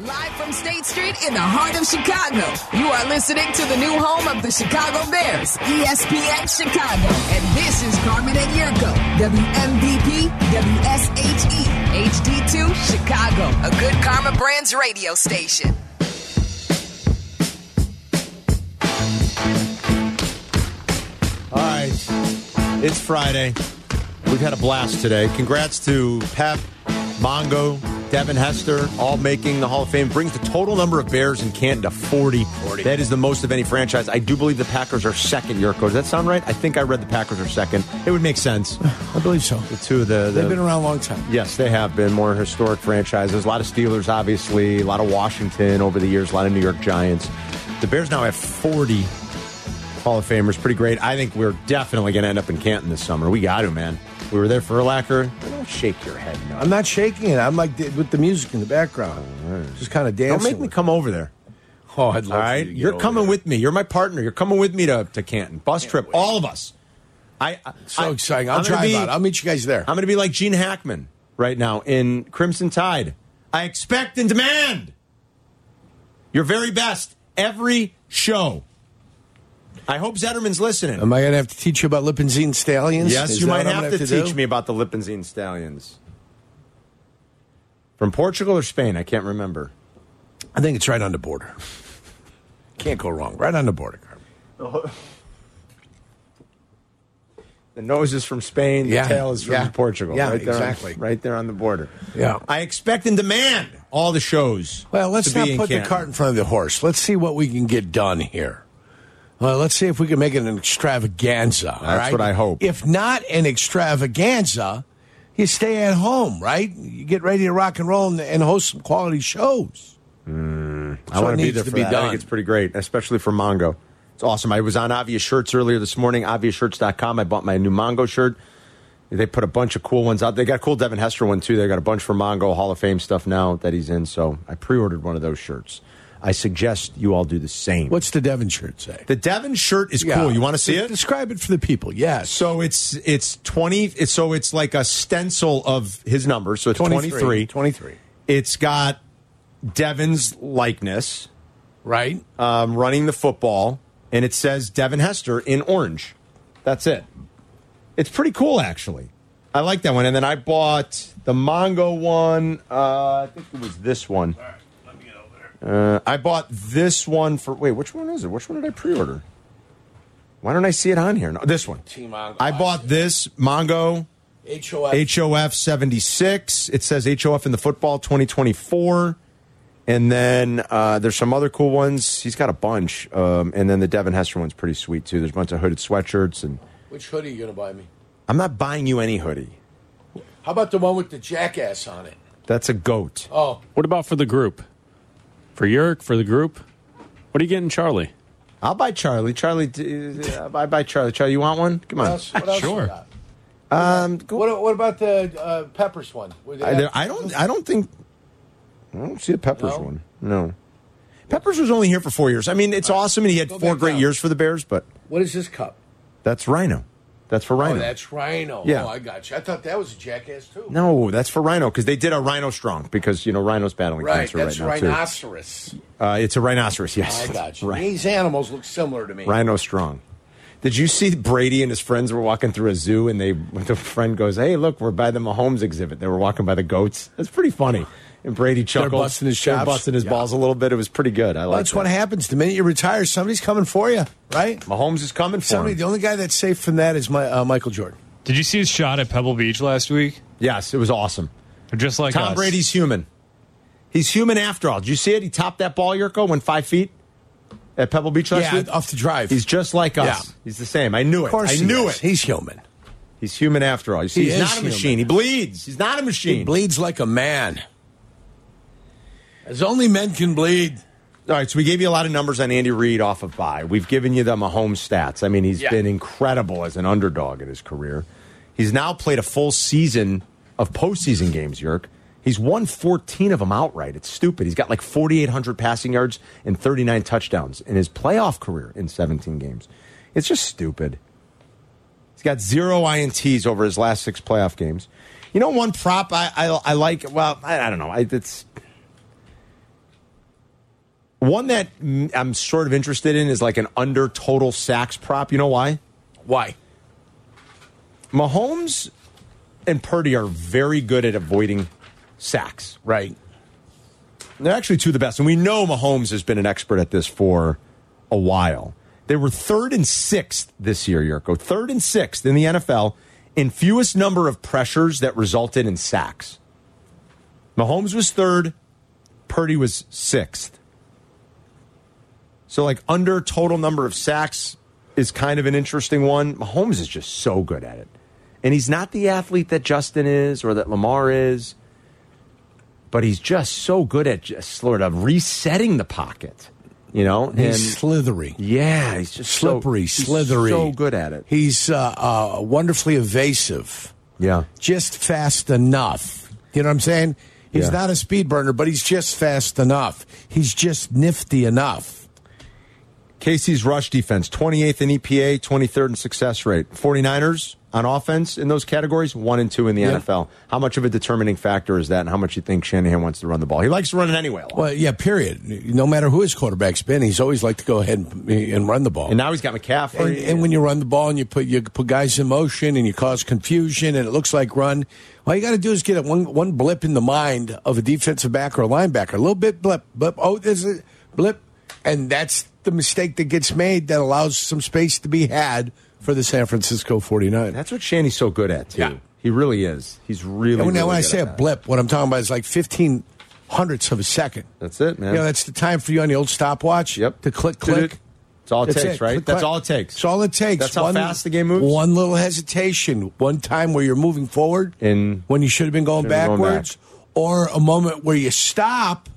Live from State Street in the heart of Chicago, you are listening to the new home of the Chicago Bears, E ESPN Chicago. And this is Carmen and Yurko, WMVP, WSHE, HD2, Chicago, a good Karma Brands radio station. All right. It's Friday. We've had a blast today. Congrats to Pep, Mongo, Devin Hester, all making the Hall of Fame. Brings the total number of Bears in Canton to 40. 40. That is the most of any franchise. I do believe the Packers are second, Yurko. Does that sound right? I think I read the Packers are second. It would make sense. I believe so. The two of the, the They've been around a long time. Yes, they have been more historic franchises. A lot of Steelers, obviously, a lot of Washington over the years, a lot of New York Giants. The Bears now have 40 Hall of Famers. Pretty great. I think we're definitely going to end up in Canton this summer. We got to, man. We were there for Urlacher. Don't shake your head. No. I'm not shaking it. I'm like with the music in the background, just kind of dancing. Don't make me with it. come over there. Oh, I'd All love for you right, to get you're over coming there. with me. You're my partner. You're coming with me to, to Canton. Bus trip, all of us. I I- So I- exciting! I'll I'm gonna drive be- out. I'll meet you guys there. I'm going to be like Gene Hackman right now in Crimson Tide. I expect and demand your very best every show. I hope Zetterman's listening. Am I going to have to teach you about Lipinzine stallions? yes, Is you that might what I'm have gonna to, do? teach me about the Lipinzine Stallions. From Portugal or Spain? I can't remember. I think it's right on the border. Can't go wrong. Right on the border. Carmen. The nose is from Spain, the Yeah, tail is from yeah, Portugal. yeah, right there on- exactly. right there on the border. Yeah. I expect and demand all the shows. Well, let's to not be in put the Canton. cart in front of the horse. Let's see what we can get done here. Well, let's see if we can make it an extravaganza. all That's right? what I hope. If not an extravaganza, you stay at home, right? You get ready to rock and roll and, and host some quality shows. I want it to be needs there to for be that. I done. think it's pretty great, especially for Mongo. It's awesome. I was on Avia Shirts earlier this morning, aviashirts.com. I bought my new Mongo shirt. They put a bunch of cool ones out. They got a cool Devin Hester one, too. They got a bunch for Mongo Hall of Fame stuff now that he's in. So I pre ordered one of those shirts. I suggest you all do the same. What's the Devon shirt say? the Devin shirt is cool. You want to see De- it? Describe it for the people. Yes. So it's it's twenty. It's, so it's like a stencil of his number. So it's 23. 23. 23. It's got Devin's likeness Right? um, running the football, and it says Devin Hester in orange. That's it. It's pretty cool, actually. I like that one. And then I bought the Mongo one. Uh, I think it was this one. Uh, I bought this one for. Wait, which one is it? Which one did I pre-order? Why don't I see it on here? No, this one. Team Mongo. I bought this Mongo HOF. HOF 76. It says HOF in the football 2024. And then uh, there's some other cool ones. He's got a bunch. Um, and then the Devin Hester one's pretty sweet, too. There's a bunch of hooded sweatshirts. And Which hoodie are you going to buy me? I'm not buying you any hoodie. How about the one with the jackass on it? That's a goat. Oh, What about for the group? For Yurik, for the group? What are you getting, Charlie? I'll buy Charlie. Charlie, d- uh, I buy Charlie. Charlie, you want one? Come what on. else? What else Sure. You got? Um, what, what about the uh, peppers one? Were they- I, there- I don't. I don't think. I don't see a Peppers No? one. No. Peppers was only here for four years. I mean, it's awesome, and he had Go four back great down. years for the Bears. But What is this cup? that's Rhino. That's for Rhino. Oh, that's Rhino. Yeah. Oh, I got you. I thought that was a jackass too. No, that's for Rhino because they did a Rhino Strong because you know Rhino's battling Right, cancer that's right now rhinoceros. too. Uh, it's a rhinoceros, yes. I got you. Right. These animals look similar to me. Rhino Strong. Did you see Brady and his friends were walking through a zoo and they the friend goes, "Hey, look, we're by the Mahomes exhibit." They were walking by the goats. That's pretty funny. And Brady chuckled. busting his They're chops. busting his Yeah. balls a little bit. It was pretty good. I like that's what that. happens. The minute you retire, somebody's coming for you, right? Mahomes is coming for Somebody. him. The only guy that's safe from that is my uh, Michael Jordan. Did you see his shot at Pebble Beach last week? Yes, it was awesome. Just like Tom us. Brady's human. He's human after all. Did you see it? He topped that ball, Yurko, went five feet at Pebble Beach last yeah, week. off the drive. He's just like us. Yeah. He's the same. I knew it. of course, I he knew is. it. He's human. He's human after all. You see, He he's is not a human. machine. He bleeds. He's not a machine. He bleeds like a man. As only men can bleed. All right, so we gave you a lot of numbers on Andy Reid off of bye. We've given you the Mahomes stats. I mean, he's Yeah. been incredible as an underdog in his career. He's now played a full season of postseason games, Yerk. He's won 14 of them outright. It's stupid. He's got like 4,800 passing yards and 39 touchdowns in his playoff career in 17 games. It's just stupid. He's got zero ints over his last six playoff games. You know, one prop I I, I like. Well, I, I don't know. I, it's One that mm, I'm sort of interested in is like an under total sacks prop. You know why? Why? Mahomes and Purdy are very good at avoiding sacks. Right. They're actually two of the best. And we know Mahomes has been an expert at this for a while. They were third and sixth this year, Yurko. Third and sixth in the NFL in fewest number of pressures that resulted in sacks. Mahomes was third, Purdy was sixth. So, like, under total number of sacks is kind of an interesting one. Mahomes is just so good at it. And he's not the athlete that Justin is or that Lamar is but he's just so good at just sort of resetting the pocket. You know, and He's slithery. yeah, he's just so- Slippery, he's slithery. so good at it. He's uh, uh, wonderfully evasive. Yeah, just fast enough. You know what I'm saying? He's Yeah. not a speed burner, but he's just fast enough. He's just nifty enough. Casey's rush defense, 28th in E EPA, 23rd in success rate. 49ers on offense in those categories, one and two in the Yeah. NFL. How much of a determining factor is that, and how much you think Shanahan wants to run the ball? He likes to run it anyway. a lot. Well, yeah, period. No matter who his quarterback's been, he's always like to go ahead and, and run the ball. And now he's got McCaffrey. and, and when you run the ball and you put you put guys in motion and you cause confusion and it looks like run, all you got to do is get it one one blip in the mind of a defensive back or a linebacker, a little bit blip, blip. Oh, there's a blip, and that's the mistake that gets made that allows some space to be had for the San Francisco 49ers. That's what Shanny's so good at, too. Yeah. He really is. He's really, And when, really when I good say at a that. blip, what I'm talking about is like 15 hundredths of a second. That's it, man. You know, that's the time for you on the old stopwatch. Yep. To click, click. It's all it That's takes, right? Click, That's click. all it takes. That's all it takes. That's how fast the game moves? One little hesitation, one time where you're moving forward And- when you should have been going Should have been going backwards, or a moment where you stop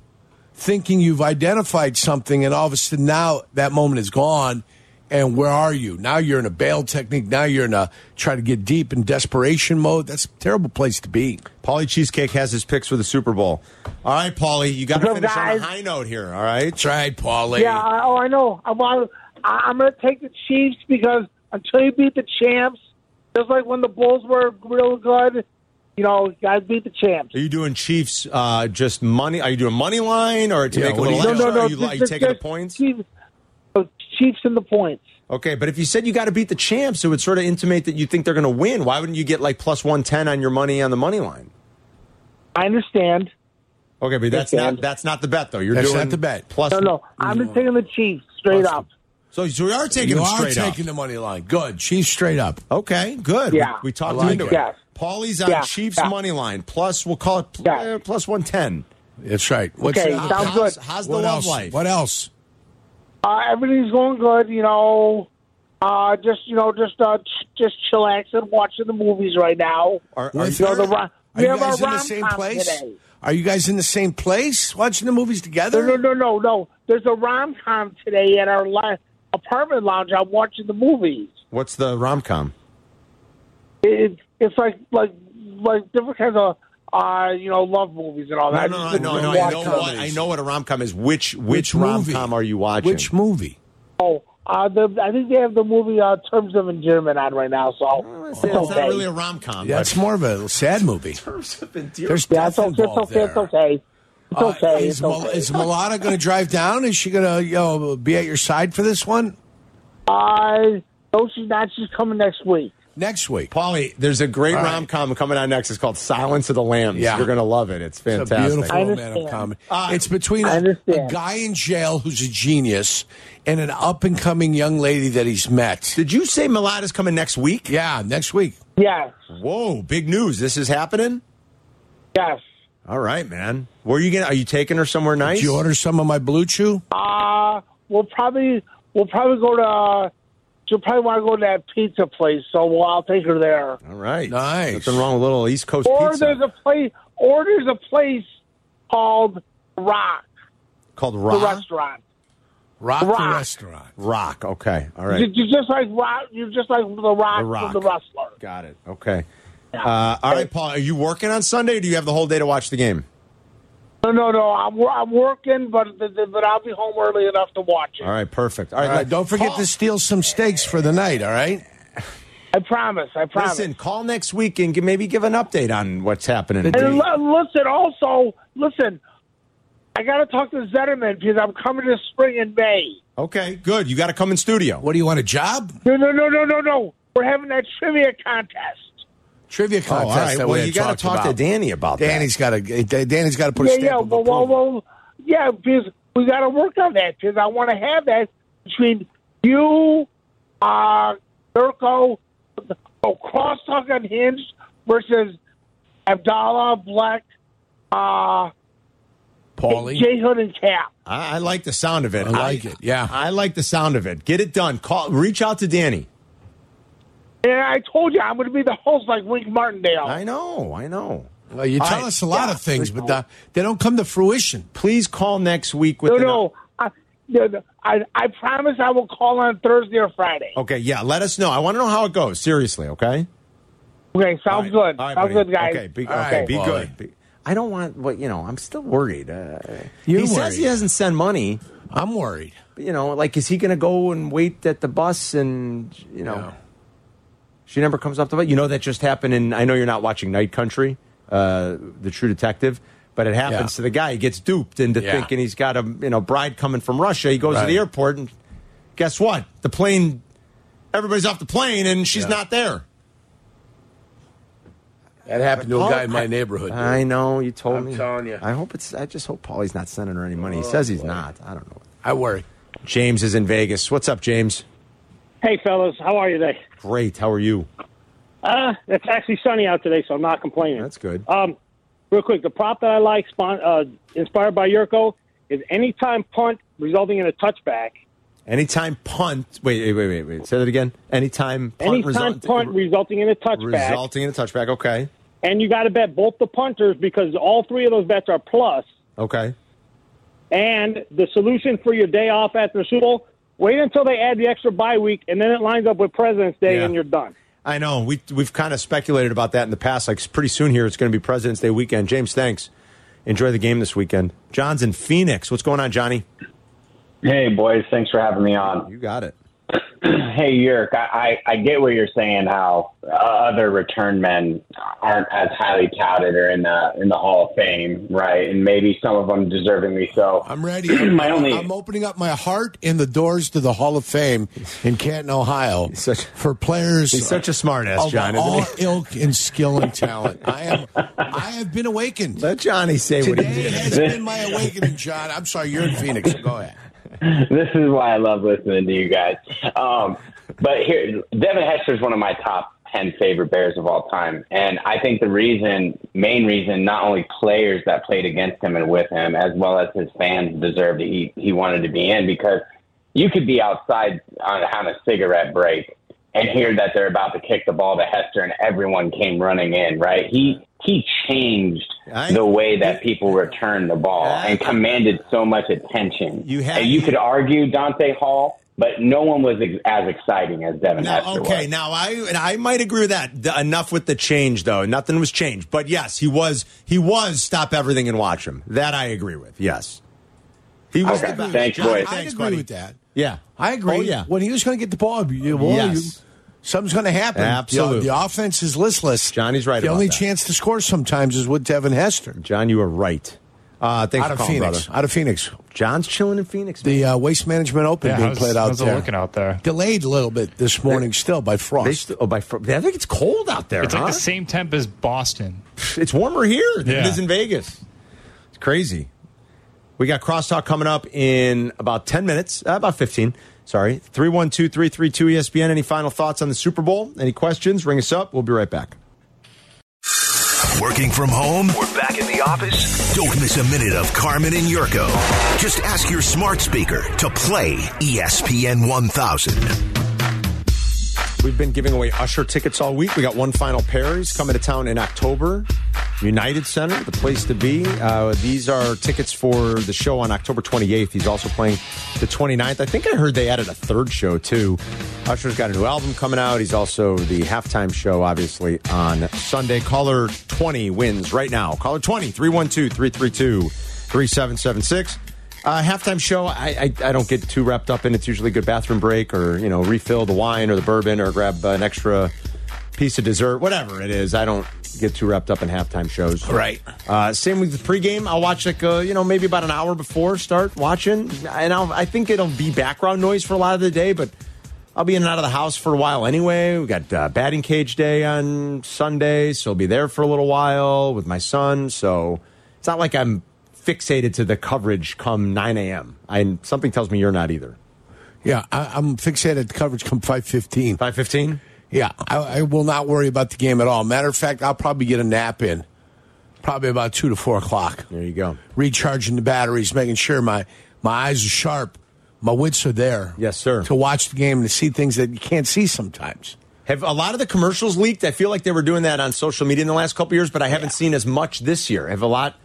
thinking you've identified something, and all of a sudden now that moment is gone. And where are you? Now you're in a bail technique. Now you're in a try to get deep in desperation mode. That's a terrible place to be. Paulie Cheesecake has his picks for the Super Bowl. All right, Paulie, you got to What's up, finish on guys? a high note here. All right, That's right, Paulie. Yeah, I, oh, I know. I'm, on- I, I'm going to take the Chiefs because until you beat the champs, just like when the Bulls were real good, you know, you got to beat the champs. are you doing Chiefs uh, just money? Are you doing money line or to Yeah, make a what do you- little extra? No, are you, just- are you just- taking the just points? Chiefs, oh, Chiefs and the points. Okay, but if you said you got to beat the champs, it would sort of intimate that you think they're going to win. Why wouldn't you get like plus one ten on your money on the money line? I understand. Okay, but that's Understand. not that's not the bet though. You're That's doing not the bet. Plus, No, no, I'm Mm. just taking the Chiefs straight up. So, so we are taking you them are straight up. taking the money line. Good. She's straight up. Okay, good. We- Yeah. we, talked I like into it. it. Yes. Paulie's on Yeah, Chiefs yeah. money line plus we'll call it Yeah. uh, plus one ten. That's right. What's Okay, uh, sounds Oh, How's, good. how's the what love else? life? What else? Uh, everything's going good, you know. Uh, just you know, just uh, ch- just chillaxing, watching the movies right now. Are- are With you- know, the her? rom- Are we you have our guys in the same rom-com place? today. Are you guys in the same place watching the movies No, together? no, no, no, no. There's a rom com today at our li- apartment lounge. I'm watching the movies. What's the rom com? It, it's like like like different kinds of uh, you know love movies and all No, that. no, no, Just no, been no, I know watching- what I know what a rom com is. Which which, rom movie? com are you watching? Which movie? Oh, uh, the, I think they have the movie uh, Terms of Endearment on right now. So it's it's not okay. really a rom com. Yeah, it's more of a sad movie. There's yeah, death it's okay. It's involved okay. It's there. okay. It's Uh, okay. is, it's Mul- okay. is Mulata going to drive down? Is she going to you know, be at your side for this one Uh, no, she's not. She's coming next week. next week? Polly, there's a great All right. rom com coming out next. It's called Silence of the Lambs. Yeah. You're gonna love it. It's It's fantastic. a beautiful I romantic understand. comedy. Ah. it's between I a, a understand. guy in jail who's a genius and an up and coming young lady that he's met. Did you say Milata's coming next week? Yeah, next week. Yes. Whoa, big news. This is happening? Yes. All right, man. Where are you gonna are you taking her somewhere nice? Did you order some of my blue chew? Uh, we'll probably we'll probably go to. Uh, she'll probably want to go to that pizza place, so we'll, I'll take her there. All right. Nice. Nothing wrong with a little East Coast Or pizza there's a place. Or there's a place called Rock, called the Rock. restaurant. Rock, the Rock. restaurant. Rock. Okay. All You- right. You're just like Rock. You're just like the Rock, The Rock. from the wrestler. Got it. Okay. Uh, all right, Paul. Are you working on Sunday, or do you have the whole day to watch the game? No, no, no. I'm wor- I'm working, but th- th- but I'll be home early enough to watch it. All right. Perfect. All right. All Uh, right, let- don't forget Paul, to steal some steaks for the night, all right? I promise. I promise. Listen. Call next week and gi- maybe give an update on what's happening. And li- listen, also, listen, I got to talk to Zetterman because I'm coming this spring in May. Okay, good. You got to come in studio. What do you want? A job? No, no, no, no, no, no. We're having that trivia contest. Trivia Oh, contest. that Well, we you got to talk to Danny about Danny's got to. Danny's got to put Yeah, a stamp yeah, of well, well, approval. well, yeah, because we got to work on that because I want to have that between you, uh, Durko, oh, crosstalk on Hinge versus Abdallah Black, uh, Paulie. Jay Hood, and Cap. that. I, I like the sound of it. I like it, yeah. I like the sound of it. Get it done. Call. Reach out to Danny. And I told you I'm going to be the host like Wink Martindale. I know. I know. Well, you All tell right. us a lot of things, but uh, they don't come to fruition. Please call next week with no, an- no, I, no, no, I, I promise I will call on Thursday or Friday. Okay, yeah. Let us know. I want to know how it goes. Seriously, okay. Okay, sounds All right. good. All sounds right, buddy. good, guys. Okay, be, All okay, right, be Paulie. good. Be- I don't want what you know. I'm still worried. Uh, You're he says he worried. doesn't send money. I'm worried. but, You know, like is he going to go and wait at the bus and you know? No. She never comes off the bus. You know that just happened. in I know you're not watching Night Country, uh, the True Detective, but it happens Yeah. to the guy. He gets duped into Yeah. thinking he's got a you know bride coming from Russia. He goes to Right. the airport and guess what? The plane. Everybody's off the plane and she's not there. That happened to a Paul- guy in my neighborhood. dude. I know you told I'm me. telling Oh, you. I hope it's. I just hope Paulie's not sending her any money. he says he's not. I don't know. I worry. James is in Vegas. What's up, James? Hey, fellas, how are you today? Great. How are you? Uh, it's actually sunny out today, so I'm not complaining. That's good. Um, real quick, the prop that I like, spon- uh, inspired by Yurko, is anytime punt resulting in a touchback. Anytime punt. Wait, wait, wait, wait. wait. Say that again. Anytime punt. Anytime result- punt resulting in a touchback, resulting in a touchback. Okay. and you got to bet both the punters because all three of those bets are plus. Okay. And the solution for your day off after the Super Bowl: wait until they add the extra bye week, and then it lines up with President's Day, Yeah. and you're done. I know. We we've kind of speculated about that in the past. Like pretty soon here, it's going to be President's Day weekend. James, thanks. Enjoy the game this weekend. John's in Phoenix. What's going on, Johnny? Hey, boys. Thanks for having me on. You got it. Hey, Yerk, I, I, I get what you're saying, how uh, other return men aren't as highly touted or in the, in the Hall of Fame, right? And maybe some of them deservingly so. I'm ready. my only, I'm opening up my heart and the doors to the Hall of Fame in Canton, Ohio, such- for players. He's such a smart ass, of John, isn't all he? ilk and skill and talent. I am. I have been awakened. Let Johnny say what he Today did. has been my awakening, John. I'm sorry, you're in Phoenix. Go ahead. this is why I love listening to you guys. Um, but here, Devin Hester is one of my top 10 favorite Bears of all time. And I think the reason, main reason, not only players that played against him and with him, as well as his fans deserved he, he wanted to be in because you could be outside on, on a cigarette break and hear that they're about to kick the ball to Hester and everyone came running in, right? He, he changed I- the way that people returned the ball and commanded so much attention. You had- and you could argue Dante Hall, but no one was ex- as exciting as Devin Now, Hester okay, was. now I and I might agree with that. The- enough with the change, though. Nothing was changed, but yes, he was he was stop everything and watch him. That I agree with. Yes, he was Okay, the best. thanks, boys. I Thanks, agree buddy. with that. Yeah, I agree. Oh, yeah, When he was going to get the ball, you, well, Yes. you- something's going to happen. Absolutely. The, the offense is listless. Johnny's right The about only that. chance to score sometimes is with Devin Hester John, you are right. Uh, thanks out for of calling, Phoenix. brother. Out of Phoenix, John's chilling in Phoenix. man. the uh, Waste Management Open Yeah, being how's- played out how's it there. looking out there? Delayed a little bit this morning, still by They frost. st- oh, by fr- I think it's cold out there. It's like huh? the same temp as Boston. It's warmer here than it Yeah. is in Vegas. It's crazy. We got crosstalk coming up in about 10 minutes, uh, about 15. Sorry. 312 332 ESPN. Any final thoughts on the Super Bowl? Any questions? Ring us up. We'll be right back. Working from home? We're back in the office. Don't miss a minute of Carmen and Yurko. Just ask your smart speaker to play E ESPN 1000. We've been giving away Usher tickets all week. We got one final pair. He's coming to town in October. United Center, the place to be. Uh, these are tickets for the show on October 28th. He's also playing the 29th. I think I heard they added a third show, too. Usher's got a new album coming out. He's also the halftime show, obviously, on Sunday. Caller 20 wins right now. Caller 20, 312 332 3776. Uh, halftime show, I, I I don't get too wrapped up in. It's usually a good bathroom break, or you know, refill the wine or the bourbon, or grab an extra piece of dessert, whatever it is. I don't get too wrapped up in halftime shows. Right. Uh, same with the pregame. I'll watch like uh, you know maybe about an hour before start watching, and I'll, I think it'll be background noise for a lot of the day, but I'll be in and out of the house for a while anyway. We got uh, batting cage day on Sunday, so I'll be there for a little while with my son. So it's not like I'm fixated to the coverage come 9 a.m. And something tells me you're not either. Yeah, I, I'm fixated at the coverage come five fifteen. 5:15. Yeah, I, I will not worry about the game at all. Matter of fact, I'll probably get a nap in, probably about two to four o'clock. There you go. recharging the batteries, making sure my my eyes are sharp, my wits are there. Yes, sir. To watch the game and to see things that you can't see sometimes. Have a lot of the commercials leaked? I feel like they were doing that on social media in the last couple years, but I haven't seen as much this year. Have a lot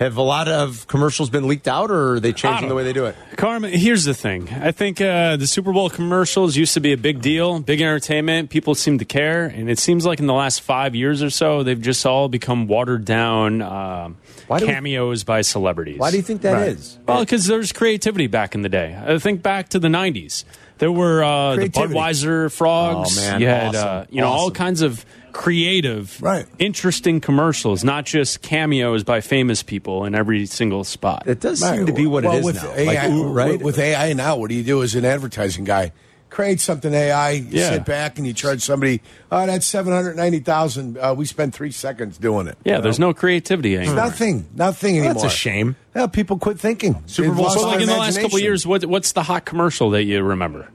have a lot of commercials been leaked out or are they changing the way they do it? Carmen, here's the thing. I think uh, the Super Bowl commercials used to be a big deal, big entertainment. People seemed to care, and it seems like in the last five years or so, they've just all become watered down um Why do we- cameos by celebrities. Why do you think that is? Well, because there's creativity back in the day. I think back to the '90s. There were uh, the Creativity. Budweiser frogs. Oh, man. You had uh, Awesome. you know all Awesome. kinds of creative, Right. interesting commercials, not just cameos by famous people in every single spot. It does seem to be what Well, it is with now. AI, Like, ooh, right? With, with AI now, what do you do as an advertising guy? Create something AI. You Yeah. sit back and you charge somebody. Oh, that's seven hundred ninety thousand. Uh, we spent three seconds doing it. yeah, You there's know? no creativity anymore. nothing, nothing Hmm. Well, anymore. that's a shame. Yeah, people quit thinking. Super They've Bowl lost Well, So, It's like their in the last couple imagination. years, what, what's the hot commercial that you remember?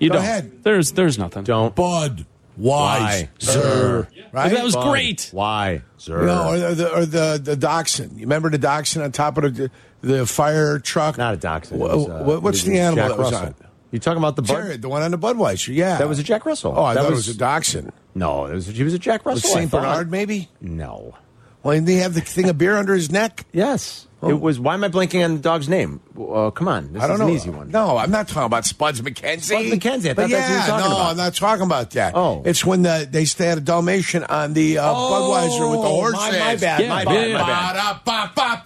You Go don't. ahead. There's there's nothing. Don't. Bud, wise, Why? sir. Right? That was Fine. great. Why, sir? No, or the, or the the dachshund. You remember the dachshund on top of the, the fire truck? Not a dachshund. Wha- It was, uh, wha- what's it the animal Jack that was Russell. on? You talking about the bud? Jared, the one on the Budweiser. Yeah, That was a Jack Russell. Oh, I That thought was- it was a dachshund. No, it was, he was a Jack Was Russell. I Saint thought. Bernard maybe? No. Well, and they have the thing of beer under his neck. Yes. It was. Why am I blanking on the dog's name? Uh, come on, Oh. this I is don't know. an easy one. No, I'm not talking about Spuds McKenzie. Spuds McKenzie, I But thought that's what you were yeah, talking no, about. I'm not talking about that. Oh. it's when the, they stay at a Dalmatian on the uh, Budweiser with the horse. Oh, my- my bad, my bad, my bad.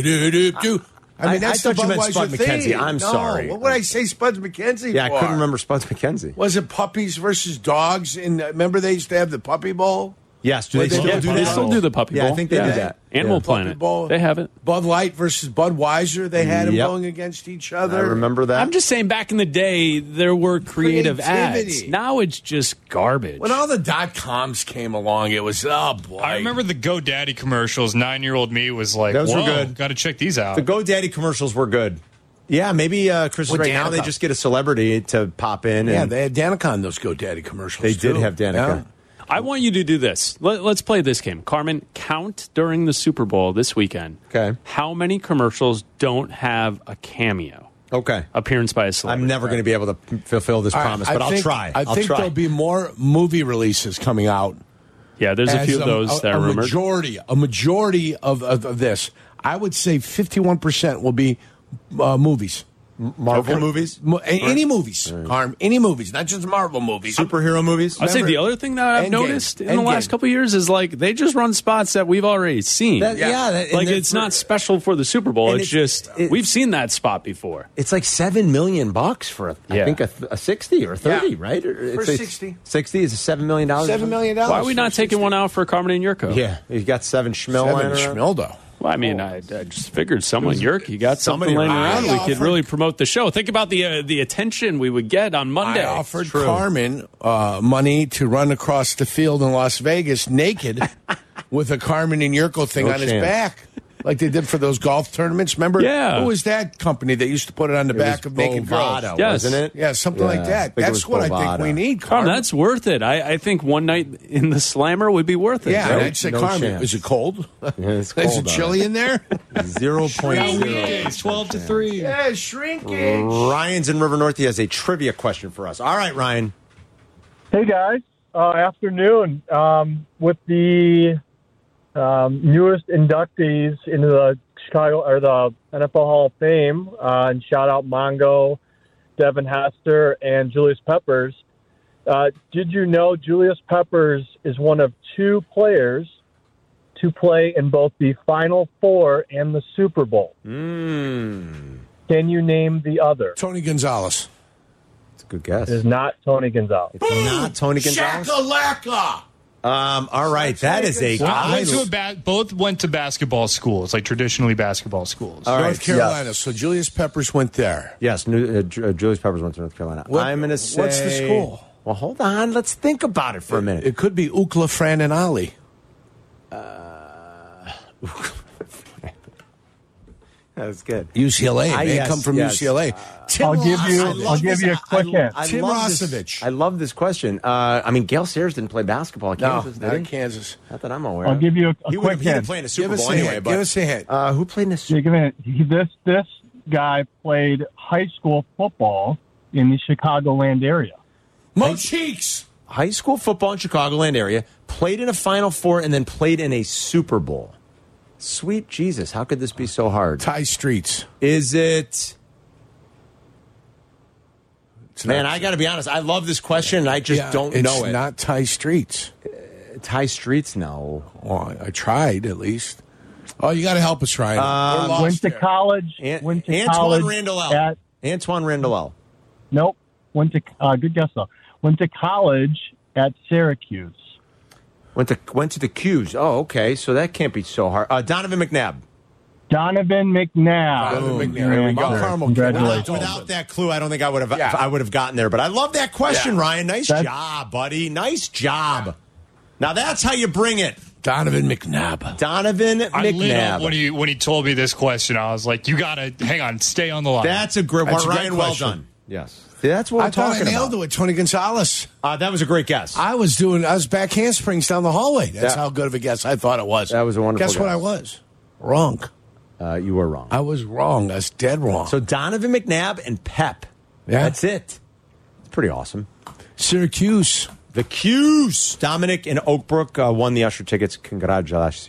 I mean, I- that's I the thought you meant Budweiser Spud thing. McKenzie. I'm No, sorry. What would I say, Spuds McKenzie? Yeah, I for? couldn't remember Spuds McKenzie. Was it puppies versus dogs? And remember they used to have the puppy bowl. Yes, do Well, they still they Yeah, do do they that? this? still do the puppy Yeah, I bowl. think they do that. Animal Yeah. Planet. Bowl. They have it. Bud Light versus Budweiser. They had them Yep. going against each I other. remember that. I'm just saying, back in the day, there were creative ads. Creativity. Now it's just garbage. when all the dot coms came along. It was oh boy. I remember the GoDaddy commercials. Nine year old me was like, Those were Whoa, good. Got to check these out. the GoDaddy commercials were good. Yeah, maybe uh, Chris. With Right now, Danica. they just get a celebrity to pop in. Yeah, And they had Danica on those GoDaddy commercials. they did too. have Danica. I want you to do this. Let, let's play this game. Carmen, count during the Super Bowl this weekend. Okay. How many commercials don't have a cameo Okay, appearance by a celebrity? I'm never going to be able to p- fulfill this All right, promise, I but I'll think- try. I I'll think try. there'll be more movie releases coming out. Yeah, there's a as few of those that a are rumored. Majority, a majority of, of, of this, I would say, fifty-one percent will be uh, movies. Marvel movies, Mo- a- Any movies, Carm, any movies, not just Marvel movies. superhero movies. I'd say the other thing that I've Endgame. noticed in the last Endgame. couple of years is like they just run spots that we've already seen. That- yeah, Yeah. that- and like they're it's for- not special for the Super Bowl. And It's, it's- just it's- we've seen that spot before. It's like seven million bucks for a, I Yeah. think a, th- a sixty or thirty, Yeah. right? Or it's For a- 60. Sixty is a seven million dollars. seven million dollars. Why are we not taking one out for Carmen and Yurko? Yeah, you got seven schmil. lying Seven around. Schmildo. Well, I mean, I, I just figured someone Yerk, you got something somebody- laying I around. We could offered- really promote the show. Think about the uh, the attention we would get on Monday. Oh, I offered Carmen uh, money to run across the field in Las Vegas naked with a Carmen and Yurko thing No on his chance. back. Like they did for those golf tournaments. Remember? Yeah. Who was that company that used to put it on the It back was of naked girls? Bovada, Yes. wasn't it? Yeah, something Yeah, like I that. think it That's was what I Bovada. think we need, Carm, Carmen. that's worth it. I, I think one night in the Slammer would be worth it. yeah, no- that's a no Carmen. chance. Is it cold? it's Is cold it out. chilly in there? Zero point zero. It's twelve to three. yeah, shrinking. Mm. Ryan's in River North. He has a trivia question for us. All right, Ryan. Hey guys, uh, afternoon. Um, with the um, newest inductees into the Chicago or the NFL Hall of Fame, uh, and shout out Mongo, Devin Hester, and Julius Peppers. Uh, did you know Julius Peppers is one of two players to play in both the Final Four and the Super Bowl? Can you name the other? Tony Gonzalez. It's a good guess. It is not Tony Gonzalez. Not Ah, Tony Gonzalez. Shakalaka. Um, all right, that is a Well, I went good- to a ba- both went to basketball schools, like traditionally basketball schools. All right, North Carolina. So Julius Peppers went there. Yes, New, uh, Ju- uh, Julius Peppers went to North Carolina. What- I'm going to what's say. the school? Well, hold on. Let's think about it for a minute. It could be Ukla, Fran, and Ali. That's good. UCLA. I- they yes, come from yes. UCLA. Tim I'll give you- I love I'll give this- you a quick I- I hint. love I Tim love this- Rosevich. I love this question. Uh, I mean, Gail Sayers didn't play basketball at No, Kansas, did not he? in Kansas. Not that I'm aware. I'll of. give you a, a He quick would have hint. played in the Give Super us Bowl a hint. anyway. Give But us a hint. uh, who played in this? Yeah, give me a minute. He, this this guy played high school football in the Chicagoland area. Mo Cheeks. high school football in Chicagoland area, played in a Final Four, and then played in a Super Bowl. Sweet Jesus, how could this be so hard? Ty Streets. Is it? It's Man, not- I got to be honest. I love this question, and I just Yeah, don't it's know it. not Ty Streets. Ty Streets, no. Well, I tried at least. Oh, you got to help us, Um, Ryan. We're lost Went to there. college. An- went to Antoine college Randall L. at- Antoine Randall L. nope. Went to uh, good guess though. Went to college at Syracuse. Went to went to the Q's. Oh, okay. So that can't be so hard. Uh, Donovan McNabb. Donovan McNabb. Donovan Oh, Boom. McNabb. There we go. Mount Carmel kid. Without, Congratulations. without that clue, I don't think I would have. Yeah. I would have gotten there. But I love that question, Yeah. Ryan. Nice That's- job, buddy. Nice job. Now that's how you bring it, Donovan McNabb. Donovan I lit up when McNabb. he when he told me this question. I was like, "You gotta hang on, stay on the line." That's a great That's a one, great Ryan. Well question. done. Yes, that's what I I'm thought I talking nailed about. it with Tony Gonzalez. Uh, that was a great guess. I was doing. I was back handsprings down the hallway. That's That- how good of a guess I thought it was. That was a wonderful guess. What guess. I was wrong. Uh, you were wrong. I was wrong. I was dead wrong. So Donovan McNabb and Pep. Yeah. That's it. It's pretty awesome. Syracuse. The Q's. Dominic and Oakbrook uh, won the Usher tickets. Congratulations.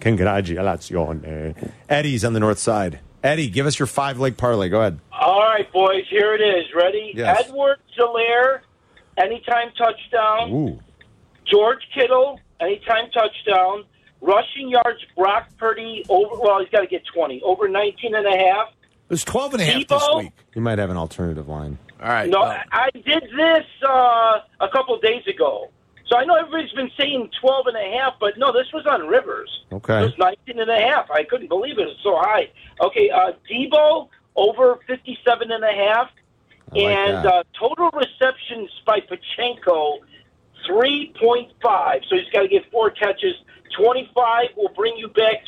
Congratulations. Eddie's on the north side. Eddie, give us your five leg parlay. Go ahead. All right, boys, here it is. Ready? Yes. Edward Zelaire, anytime touchdown. Ooh. George Kittle, anytime touchdown. Rushing yards, Brock Purdy, over, well, he's got to get 20, over 19 and a half. It was 12 and a half Debo? this week. You might have an alternative line. All right. No, uh, I I did this uh, a couple days ago. So I know everybody's been saying 12 and a half, but no, this was on Rivers. Okay. It was 19 and a half. I couldn't believe it. It was so high. Okay, uh, Debo over 57 and a half. I like and that. uh, total receptions by Pachenko, 3.5. So he's got to get four catches. 25 will bring you back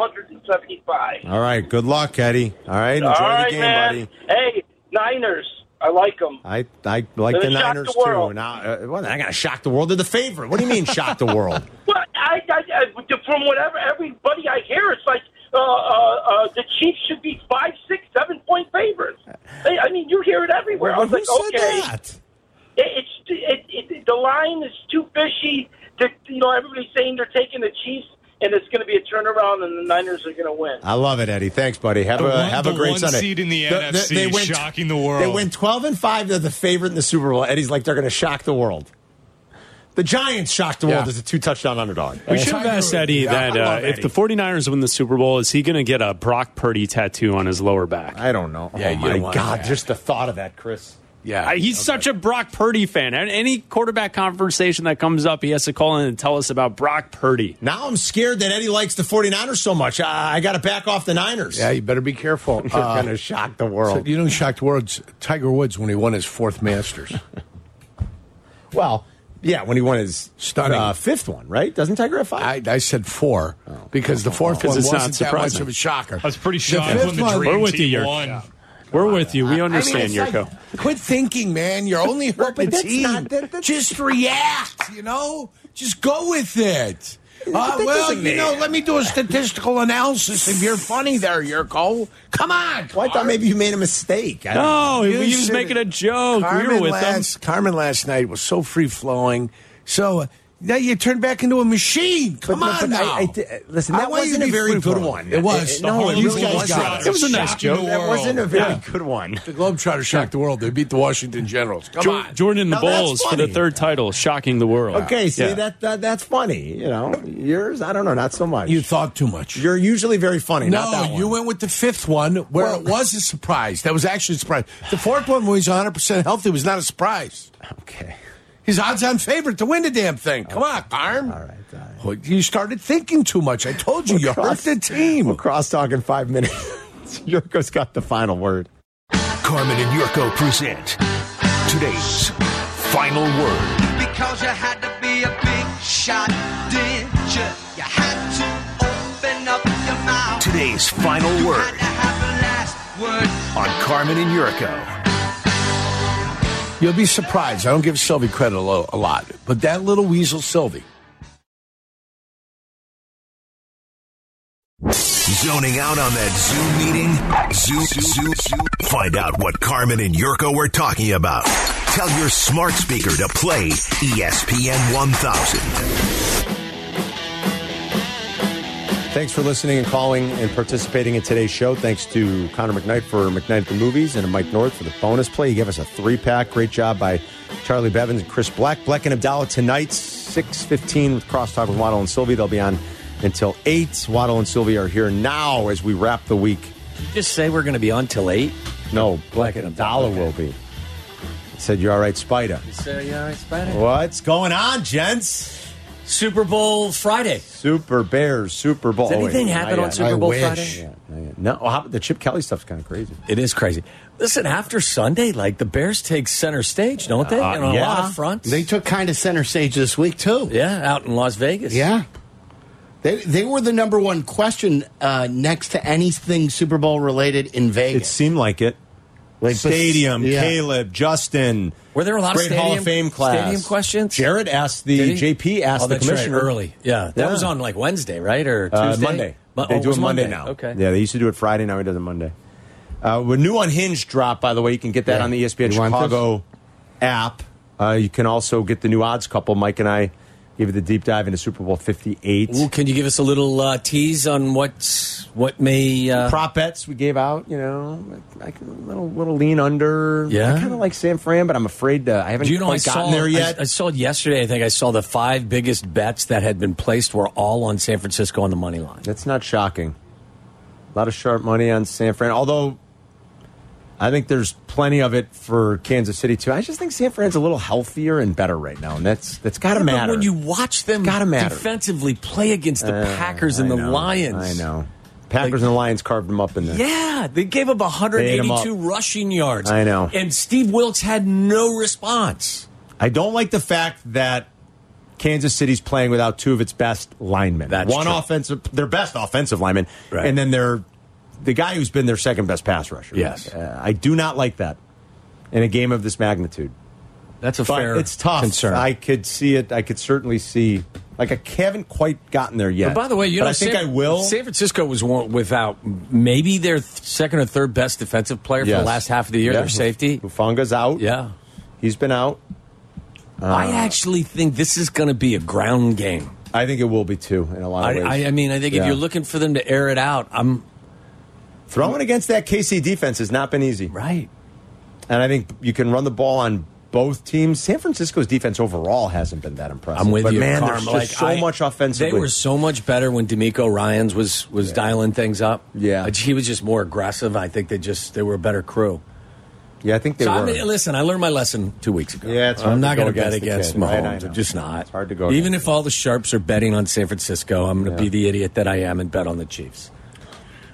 3,275. All right. Good luck, Eddie. All right. Enjoy All right, the game, man. buddy. Hey, Niners. I like them. I, I like They're the gonna shock Niners the world. too. Now, uh, well, I got to shock the world. They're the favorite. What do you mean, shock the world? Well, I, I, I from whatever everybody I hear, it's like uh, uh, uh, the Chiefs should be five, six, seven point favorites. I, I mean, you hear it everywhere. I Well, was who like, said okay, that? It, it's it, it, the line is too fishy. The, you know, everybody's saying they're taking the Chiefs, and it's going to be a turnaround, and the Niners are going to win. I love it, Eddie. Thanks, buddy. Have The a one- have a the great one Sunday. seed in the NFC, shocking the world. They went twelve and five. They're the favorite in the Super Bowl. Eddie's like they're going to shock the world. The Giants shocked the world Yeah. as a two touchdown underdog. We should have asked Eddie that I uh, love if Eddie. the 49ers win the Super Bowl, is he going to get a Brock Purdy tattoo on his lower back? I don't know. Yeah, oh you my don't want God! that. Just the thought of that, Chris. yeah. I- he's such a Brock Purdy fan. And Any quarterback conversation that comes up, he has to call in and tell us about Brock Purdy. Now I'm scared that Eddie likes the 49ers so much. I, I got to back off the Niners. Yeah, you better be careful. They're Uh, going to shock the world. you know, who shocked words. Tiger Woods when he won his fourth Masters. well, yeah, when he won his Stunning. uh, fifth one, right? Doesn't Tiger have five? I, I said four because the fourth one Because it's not wasn't that much surprising. of a shocker. I was pretty The shocked fifth when the one- dream We're with team you, Yurko. won. Yeah. We're with you. We I understand, mean, it's Yurko. like, quit thinking, man. You're only hurting but the that's team. not- that- that's- Just react, you know? Just go with it. Uh, that well, doesn't you know, mean- let me do a statistical analysis if you're funny there, Yurko. Come on. Well, I thought maybe you made a mistake. I don't know. No, Oh, he You was should- making a joke. Carmen we were with him. last, Carmen last night was so free flowing. So uh, now you turn back into a machine. Come But- on but I- now. I did- listen, I uh, that want you to wasn't a be very good free-flowing. one. It was. It- no, The it Harlem really Globetrotters was not. It was a nice shocked the joke. That world. wasn't a very Yeah. good one. The Globetrotters shocked the world. They beat the Washington Generals. Come Jo- on. Jordan and the Now that's Bulls for the funny. third title, shocking the world. Okay, see Yeah. that, that that's funny. You know, yours I don't know, not so much. You thought too much. You're usually very funny. not that no, one. you went with the fifth one where it was a surprise. That was actually a surprise. The fourth one, when he's 100% healthy, was not a surprise. Okay. He's odds-on favorite to win the damn thing. Come on, Parm. All right. uh, Well, You started thinking too much. I told you you hurt the team. We'll crosstalk in five minutes. Yurko's got the final word. Carmen and Yurko present today's final word. Because you had to be a big shot, did you? You had to open up your mouth. Today's final word The last word. on Carmen and Yurko. You'll be surprised. I don't give Sylvie credit a, lo- a lot, but that little weasel Sylvie. Zoning out on that Zoom meeting? Zoom, Zoom, Zoom. Find out what Carmen and Yurko were talking about. Tell your smart speaker to play E ESPN 1000. Thanks for listening and calling and participating in today's show. Thanks to Connor McKnight for McKnight at the Movies and Mike North for the bonus play. He gave us a three-pack. Great job by Charlie Bevins and Chris Black. Black and Abdallah tonight, 6.15 with Crosstalk with Waddle and Sylvie. They'll be on until 8. Waddle and Sylvie are here now as we wrap the week. Just say we're going to be on till eight. No, Black and Abdallah will be. Said, you all right, Spider? What's going on, gents? Super Bowl Friday. Super Bears, Super Bowl. Does anything Wait, happen not on yet. Super Bowl Friday? Yeah, not yet. No, how, the Chip Kelly stuff's kind of crazy. It is crazy. Listen, after Sunday, like the Bears take center stage, don't they? Uh, And on yeah. a lot of fronts. They took kind of center stage this week too. Yeah, out in Las Vegas. Yeah. They, they were the number one question uh, next to anything Super Bowl related in Vegas. It seemed like it. Like bes- Stadium, yeah. Caleb, Justin. Were there a lot great of stadium, Hall of Fame class? stadium questions? Jared asked the Did he? JP asked Oh, the that's right, commissioner early. Yeah, that was on like Wednesday, right, or Tuesday? Uh, Monday. Mo- they oh, do was it Monday, Monday. now. Okay. Yeah, they used to do it Friday. Now he does it Monday. Uh, with new Unhinged drop, by the way, you can get that Yeah. on the E ESPN You want this? Chicago app. Uh, you can also get the new odds couple. Mike and I gave you the deep dive into Super Bowl Fifty Eight. Ooh, can you give us a little uh, tease on what what may uh, prop bets we gave out? You know, like a little little lean under. Yeah. I kind of like Sam Fran, but I'm afraid to, I haven't Do you know quite I gotten saw, there yet. I, I saw yesterday. I think I saw the five biggest bets that had been placed were all on San Francisco on the money line. That's not shocking. A lot of sharp money on San Fran, although I think there's plenty of it for Kansas City too. I just think San Fran's a little healthier and better right now, and that's that's got to Yeah, but matter. when you watch them Gotta matter. defensively play against the Uh, Packers and I the know, Lions. I know. Packers and the Lions carved them up in there. Yeah, they gave up They ate 'em 182 up. rushing yards. I know. And Steve Wilkes had no response. I don't like the fact that Kansas City's playing without two of its best linemen. That's One true. offensive, their best offensive lineman, Right. and then their the guy who's been their second best pass rusher. Yes. Uh, I do not like that in a game of this magnitude. That's a But fair it's tough. concern. I could see it. I could certainly see. Like I haven't quite gotten there yet. But by the way, you But know, I think San, I will. San Francisco was one without maybe their th- second or third best defensive player for Yes. the last half of the year. Yeah. Their safety. Hufanga's out. Yeah, he's been out. Ah. I actually think this is going to be a ground game. I think it will be too in a lot of I, ways. I, I mean, I think if Yeah. you're looking for them to air it out, I'm Throwing against that KC defense has not been easy. Right. And I think you can run the ball on both teams. San Francisco's defense overall hasn't been that impressive. I'm with but you, man, Carm. there's just Like, so I- much offensively. They were so much better when D'Amico Ryan's was was dialing things up. Yeah. Like, he was just more aggressive. I think they just they were a better crew. yeah, I think they So, I were. mean, listen, I learned my lesson two weeks ago. Yeah, it's hard I'm to not go going to bet against against the kid, right? I Mahomes. know. I'm just not. It's hard to go Even if all the sharps are betting on San Francisco, I'm going to be the idiot that I am and bet on the Chiefs.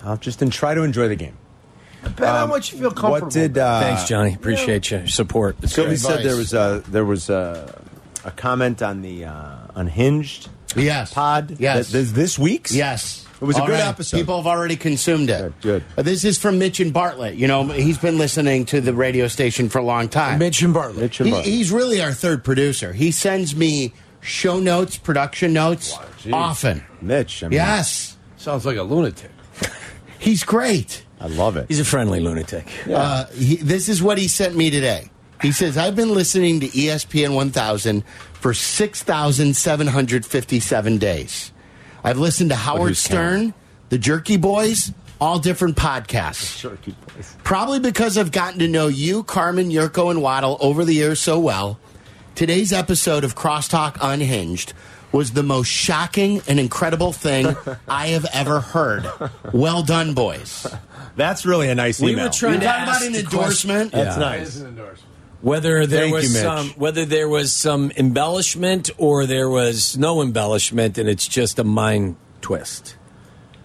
I'll just and try to enjoy the game. Um, Bet on what you feel comfortable. What did? Uh, Thanks, Johnny. Appreciate you. your support. It's Sylvie great. said there was a there was a, a comment on the uh, Unhinged Yes. pod. Yes. that- this, this week's. Yes. it was a good Already. episode. People have already consumed it. Good. Uh, This is from Mitch and Bartlett. You know, he's been listening to the radio station for a long time. Mitch and Bartlett. Mitch and He- Bartlett. he's really our third producer. He sends me show notes, production notes geez. often. Mitch, I mean, Yes. Sounds like a lunatic. He's great. I love it. He's a friendly lunatic. Uh, he, this is what he sent me today. He says, I've been listening to E ESPN 1000 for 6,757 days. I've listened to Howard who's Stern, The Jerky Boys, all different podcasts. Jerky boys. Probably because I've gotten to know you, Carmen, Yurko, and Waddle over the years so well. Today's episode of Crosstalk Unhinged was the most shocking and incredible thing I have ever heard. Well done, boys. That's really a nice We email. were trying You're to talking ask about an the question- endorsement? That's Yeah. nice. an endorsement. Whether there Thank was you, Mitch. some, Um, whether there was some embellishment or there was no embellishment, and it's just a mind twist.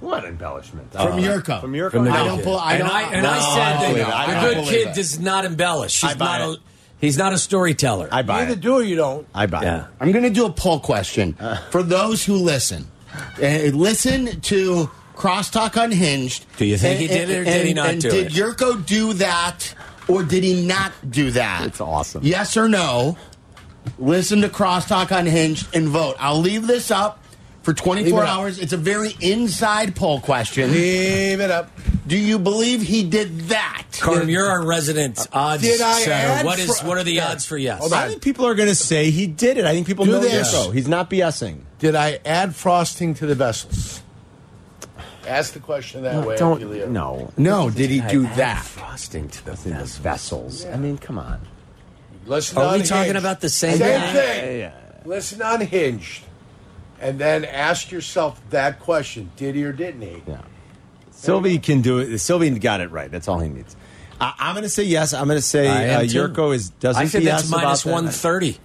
What embellishment? From Yurko. From Yurko. From the I good don't kid. pull. I and don't. I, and no, I said don't believe it. that I the don't good believe kid it. does not embellish. He's I buy not it. a he's not a storyteller. I buy Either it. do or you don't. I buy it. I'm going to do a poll question Uh. for those who listen. Uh, listen to Crosstalk Unhinged. Do you think he did it or did he not and do did it? Yurko do that or did he not do that? It's awesome. Yes or no? Listen to Crosstalk Unhinged and vote. I'll leave this up for 24 Leave it up. hours. It's a very inside poll question. Leave it up. Do you believe he did that? Carm, you're our resident odds Did I setter. add What is fr- what are the Yeah. odds for yes? I think people are going to say he did it. I think people Do know this. Yurko. He's not BSing. Did I add frosting to the vessels? Ask the question that way. Elio. No. No, did he do I that? Frosting to the vessels. I mean, come on. Listen Are we unhinged. talking about the same guy? thing? Listen unhinged, and then ask yourself that question: Did he or didn't he? Yeah. Sylvie can do it. Sylvie got it right. That's all he needs. I, I'm going to say yes. I'm going to say I am uh, too. Yurko is doesn't I said BS that's minus about that. one thirty.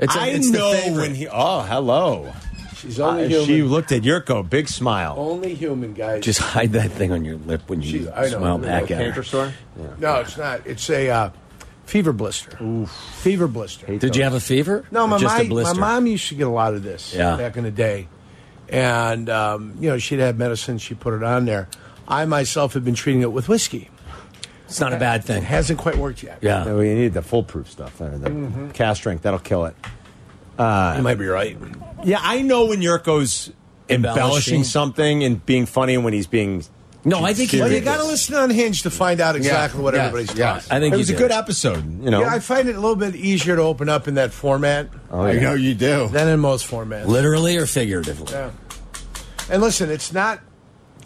It's a- I it's the know favorite. when he. Oh, hello. She's only Uh, human. She looked at Yurko, big smile. Only human, guys. Just hide that thing on your Oh, lip when you Jeez, I know. smile back at her. Canker sore. Yeah. No, it's not. It's a uh, fever blister. Fever blister. Did you have a fever? No, Or my just a mom, my blister. mom used to get a lot of this Yeah. back in the day, and um, you know she'd have medicine. She put it on there. I myself have been treating it with whiskey. It's not a bad It thing. hasn't quite worked yet. Yeah. No, we need the foolproof stuff. uh, The cast strength that'll kill it. Uh, You might be right. Yeah, I know when Yurko's embellishing, Embellishing. something and being funny, and when he's being No, I think he Well, you did. got to this. listen on Hinge to find out exactly what Yeah. everybody's Yeah. talking. I think he it was a did. good episode. You know, Yeah, I find it a little bit easier to open up in that format Oh, yeah. you do. than in most formats. Literally or figuratively? Yeah. And listen, it's not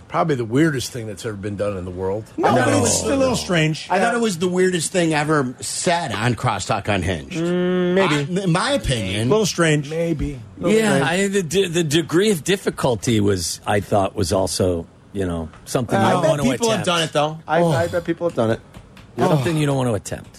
probably the weirdest thing that's ever been done in the world. no, but it's still a little strange. I thought it was the weirdest thing ever said on Crosstalk Unhinged. maybe. in my opinion. a little strange. Maybe. Yeah, I, the de- the degree of difficulty was I thought was also you know something you I don't bet want to people attempt. Oh. have done it though. I, I bet people have done it. Something you don't want to attempt.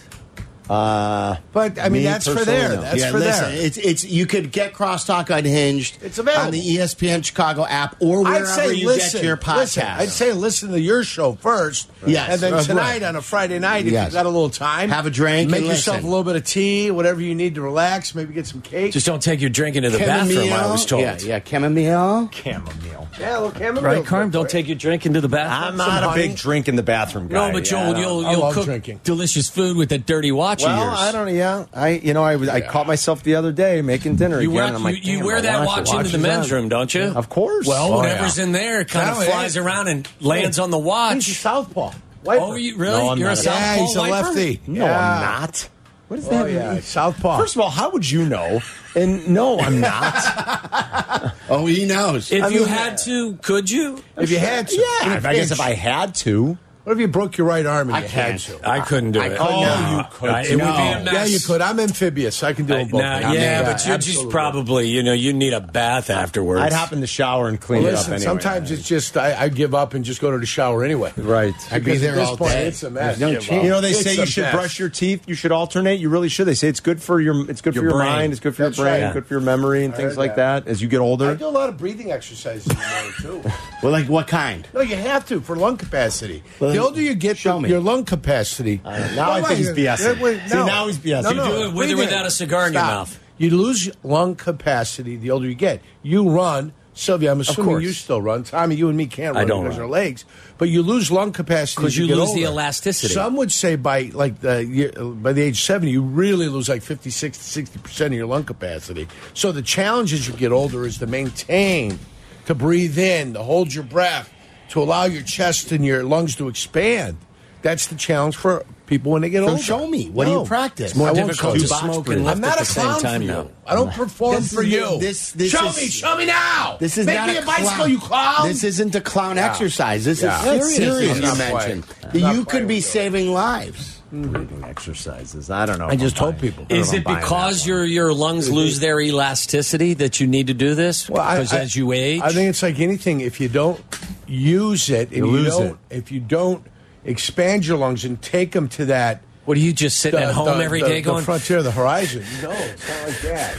Uh, But I mean, Me that's for personally, there. no. That's yeah, for listen, there. it's it's you could get Crosstalk Unhinged. It's available. on the E ESPN Chicago app or wherever you get your podcast. listen, I'd say listen to your show first. Yes. And then Right. tonight on a Friday night, if Yes. you've got a little time, Have a drink Make and yourself listen. a little bit of tea, whatever you need to relax. Maybe get some cake. Just don't take your drink into the bathroom. I was told. Yeah, yeah, chamomile. chamomile. yeah, a little chamomile. Right, Carm. Don't take your drink into the bathroom. I'm not a honey. big drink in the bathroom guy. no, but Yeah, I you'll don't- you'll I you'll love cook drinking. delicious food with that dirty watch Well, of yours. I don't. Yeah, I. You know, I, was- I caught myself the other day making dinner You again. wear, and I'm like, you, you "Damn, wear my that watch, into is the on." men's room, don't you? Of course. Well, Oh, whatever's yeah. in there kind No, of it flies is. around and lands on the He's a watch. southpaw. Wiper. Oh, you really? No, I'm You're a not a- southpaw Yeah, he's a wiper? lefty. No, Yeah. I'm not. What does Oh, that yeah, mean? southpaw. First of all, how would you know? And no, I'm not. Oh, he knows. If I you mean, had to, could you? if you had to, in yeah, a if- I guess if pinch. I had to. What if you broke your right arm and I you had can't. to? Oh. I couldn't do I it. could Oh, not. you could I- it would be a not. mess. Yeah, you could. I'm amphibious. I can do I- them both. nah, I mean, yeah, but you just absolutely. probably, you know, you need a bath afterwards. I'd hop in the shower and clean Listen, it up anyway. sometimes it's just I, I give up and just go to the shower anyway. right. I'd be Because at there this all point, day. It's a mess. There's no Give chance. up. You know they It's say a you should mess. brush your teeth. You should alternate. You really should. They say it's good for your it's good for Your your, brain. mind. It's good for That's your brain. right. Good for your memory and I things heard like that. that as you get older. I do a lot of breathing exercises in the morning too. well, like what kind? No, you have to for lung capacity. Well, the older you get, show the- me. your lung capacity. don't know. Now I think he's BSing. See, now he's BSing. You do it with or Breathing. without a cigar in your mouth. You lose lung capacity the older you get. You run, Sylvia. I'm assuming course. you still run. Tommy, you and me can't run I don't because run. our legs, but you lose lung capacity 'Cause as you you get lose the older. elasticity. Some would say by like the year- by the age 70, you really lose like 56 to 60 percent of your lung capacity. So the challenge as you get older is to maintain, to breathe in, to hold your breath, to allow your chest and your lungs to expand. That's the challenge for people when they get So older. show me. What do you practice? I won't difficult show to you. smoke and lift I'm not at a the same clown time for you. now. I don't perform This for is- you. this- this show is- me, show me now. This is Make not me a, bicycle, clown. you clown. This isn't a clown Yeah. exercise. This Yeah. That's is serious. serious. You I'm not mentioned playing. that I'm not you could playing be with you. saving lives. breathing exercises. I don't know. I just told people. Is it because your your lungs lose their elasticity that you need to do this? because I- I- as you age, I think it's like anything. If you don't use it, and You you lose don't, it. If you don't expand your lungs and take them to that What are you just sitting The- at home the- every the- day the going? frontier, the horizon. No, it's not like that.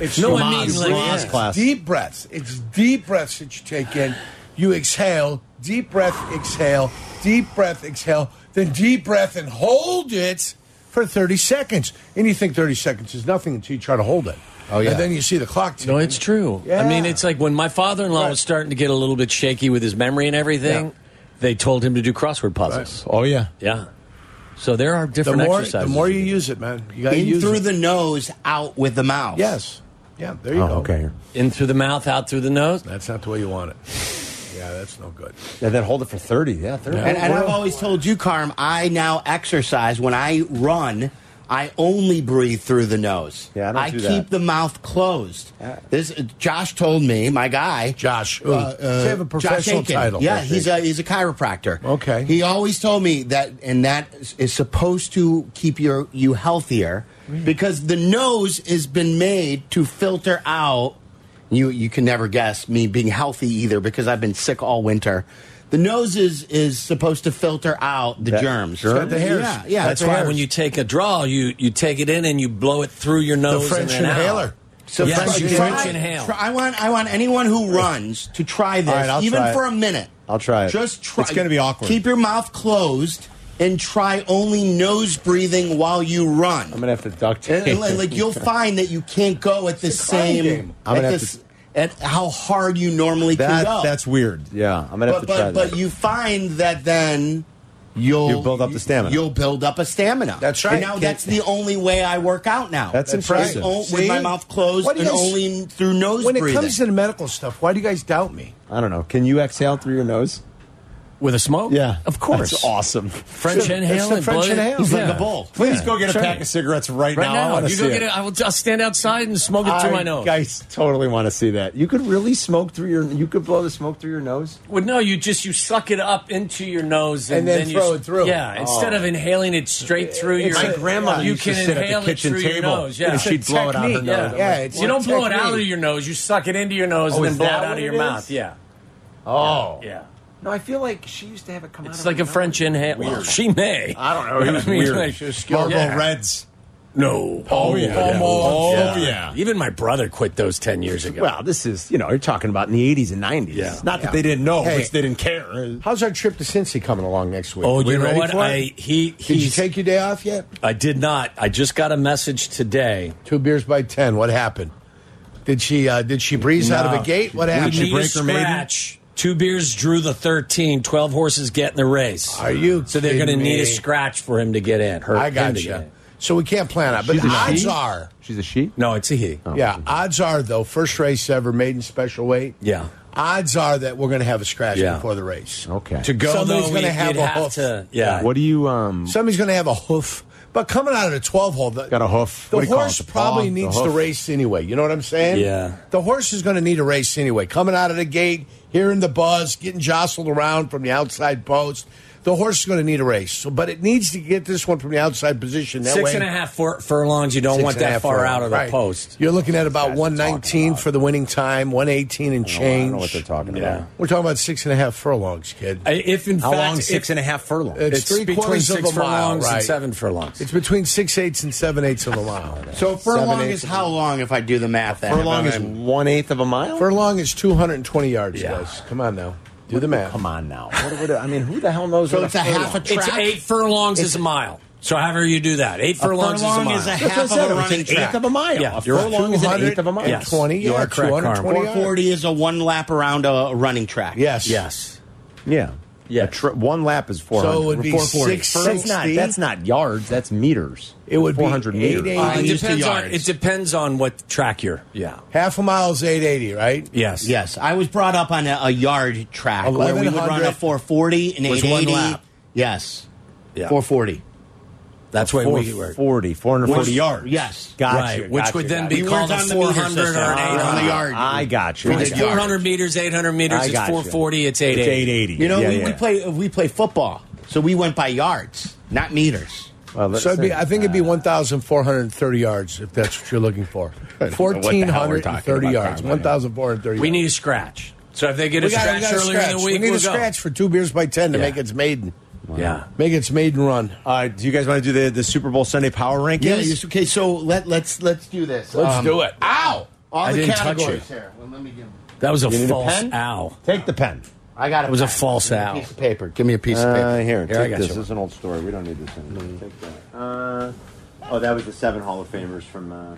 It's No, I deep mean, like, breaths, yeah. class. deep breaths. It's deep breaths that you take in. You exhale, deep breath, exhale, deep breath, exhale, then deep breath and hold it for 30 seconds. And you think 30 seconds is nothing until you try to hold it. Oh, yeah. And then you see the clock tick. No, it's true. I mean, it's like when my father in law was starting to get a little bit shaky with his memory and everything, they told him to do crossword puzzles. Oh, yeah. Yeah. So there are The different more, the exercises. more you use it, man. You gotta In use through it. the nose, out with the mouth. Yes. Yeah, there Oh, you go. okay. In through the mouth, out through the nose. That's not the way you want it. Yeah, that's no good. And then hold it for 30. Yeah, 30. And, and I've always told you, Carm, I now exercise. When I run, I only breathe through the nose. Yeah, I, don't do keep that. the mouth closed. This Josh told me, my guy, Josh, uh, uh, They have a professional Josh Aiken. title, Yeah, I he's a think. he's a chiropractor. Okay, he always told me that, and that is- is supposed to keep your you healthier because the nose has been made to filter out. You you can never guess me being healthy either because I've been sick all winter. The nose is is supposed to filter out the That- germs. germs? Yeah, yeah. That's why when you take a draw, you you take it in and you blow it through your nose. French and then inhaler. Out. So yes, French- French, try- inhale. try- I want I want anyone who runs to try this, All right, I'll even try it. for a minute. I'll try it. Just try. It's going to be awkward. Keep your mouth closed and try only nose breathing while you run. I'm going to have to duct And, tape. like like, you'll find that you can't go at the same. game. I'm gonna at, have this- to- at how hard you normally can That, go. that's weird. Yeah, I'm going to but, have to but, try but that. you find that then you'll You build up the stamina. You'll build up a stamina. That's right. And now that's the only way I work out now. That's Is impressive. o- with my See? mouth closed Why do and you guys- only through nose when breathing. it comes to the medical stuff, why do you guys doubt me? I don't know. Can you exhale through your nose? With a smoke? Yeah. Of course. That's awesome. French inhale It's the and French blow it- inhale. He's like Yeah. a bull. Please Yeah, go get a sure. pack of cigarettes right, Right I now, want to you see go get it. it. I will. I'll stand outside and smoke it through I my nose. Guys, totally want to see that. You could really smoke through your. You could blow the smoke through your nose. Well, no, you just you suck it up into your nose and, And then you, throw it through. Yeah, Oh. instead of inhaling it straight through It's your. like- My grandmother you used can to sit at the inhale kitchen it through table, your nose. Yeah, and she'd It's a blow it out her technique, Yeah, nose. Yeah, it's you don't a blow it out of technique. your nose. You suck it into your nose Oh, and is then blow it that out of what your it mouth. is? Yeah. Oh. yeah. No, I feel like she used to have it come It's like a French inhale. Well, she may. I don't know. It was I mean, weird. like- She was skilled. Marlboro Reds. No. Oh, yeah. Oh, yeah. Even my brother quit those ten years ago. Well, this is you know you're talking about in the 80s and 90s. Yeah. Not that Yeah. they didn't know, Hey. which they didn't care. How's our trip to Cincy coming along next week? Oh, We you know ready what? for it? I he Did you he's. take your day off yet? I did not. I just got a message today. Two beers by ten. What happened? Did she uh, did she breeze out of No. a gate? What happened? We need a scratch. Two beers drew the 13. 12 horses get in the race. Are you So they're going to kidding need me? a scratch for him to get in. Her, I him got to get you. in. So we can't plan out. But She's a odds she? are, She's a she. No, it's a he. Oh. yeah, odds are though, first race ever, maiden special weight. Yeah. Odds are that we're going to have a scratch Yeah. before the race. Okay. To go, Somebody's though, gonna we- have you'd a have hoof. to- yeah. What do you um? Somebody's going to have a hoof. But coming out of the 12 hole, the, Got a hoof. The What do you call horse it? The paw? probably The needs hoof? to race anyway. You know what I'm saying? Yeah. The horse is going to need a race anyway. Coming out of the gate, hearing the buzz, getting jostled around from the outside post. The horse is going to need a race. So, but it needs to get this one from the outside position. That Six way, and a half fur- furlongs. You don't Six want and a that half far furlong. out of the Right. post. You're looking at about 119 for the winning time, 118 and change. I don't know what they're talking about. We're talking about six and a half furlongs, kid. I- If in How fact, long? if- Six and a half furlong. It's, It's three between quarters six of a mile, furlongs and right. seven furlongs. Oh, It's between six eighths and seven eighths of a mile. so furlong Seven is how long if I do the math? then? Furlong If is I'm- one eighth of a mile. furlong is 220 yards, Yeah. guys. Come on now, do the math. Come on now. What, what, I mean, who the hell knows? So what it's a half a furlong- track. It's eight furlongs is a mile. So however you do that, eight furlongs furlong is is a mile. a half That's what I of a said, running It's an eighth track. of a mile. Yeah, a you're right. furlong is an eighth of a mile. Yes. 20 You are yards, correct, Carm. 220 yards. 440 is a one lap around a, a running track. Yes. Yes. Yeah. Yeah. A tri- one lap is 400. So it would be 440. 660? That's not, that's not yards. That's meters. It would be 400 meters. 880. I It used to depends on yards. it depends on what track you're. Yeah. Half a mile is 880, right? Yes. Yes, I was brought up on a, a yard track where we would run 1100 a 440 and Was one 880. lap. Yes, Yeah. 440. That's where we were. 440, 440 Which- yards. yes. Gotcha. Right, which gotcha, would then gotcha. Ah, be We called weren't a on the meter 400 or system. an We were on the 800. yard. I got you. It's I got you. 400 meters, 800 meters. I It's got you. 440. It's 880. It's 880. You know, Yeah, we, yeah. we play we play football, so we went by yards, not meters. Well, let's uh, So it'd be, see. I think Uh, it'd be 1,430 yards if that's what you're looking for. don't know what the hell we're talking 1,430 about, yards. Carm. 1,430 We yards. need a scratch. So if they get a We got- we scratch got a earlier in scratch. the week, We need will a scratch for two beers by 10 to Yeah. make its maiden. Yeah. Make its maiden run. Uh, do you guys want to do the, the Super Bowl Sunday power rankings? Yeah. yes, Okay. So let let's let's do this. Um, Let's do it. Ow! All I the didn't touch categories it. here. Well, let me give. That was a You need a false pen? ow. Take the pen. I got it. It was a back. false Give me owl. Piece of paper. Give me a piece of paper. Mm-hmm. Uh, here, I take got this. you. This is an old story. We don't need this anymore. Take that. Uh, oh, that was the seven Hall of Famers from. Uh,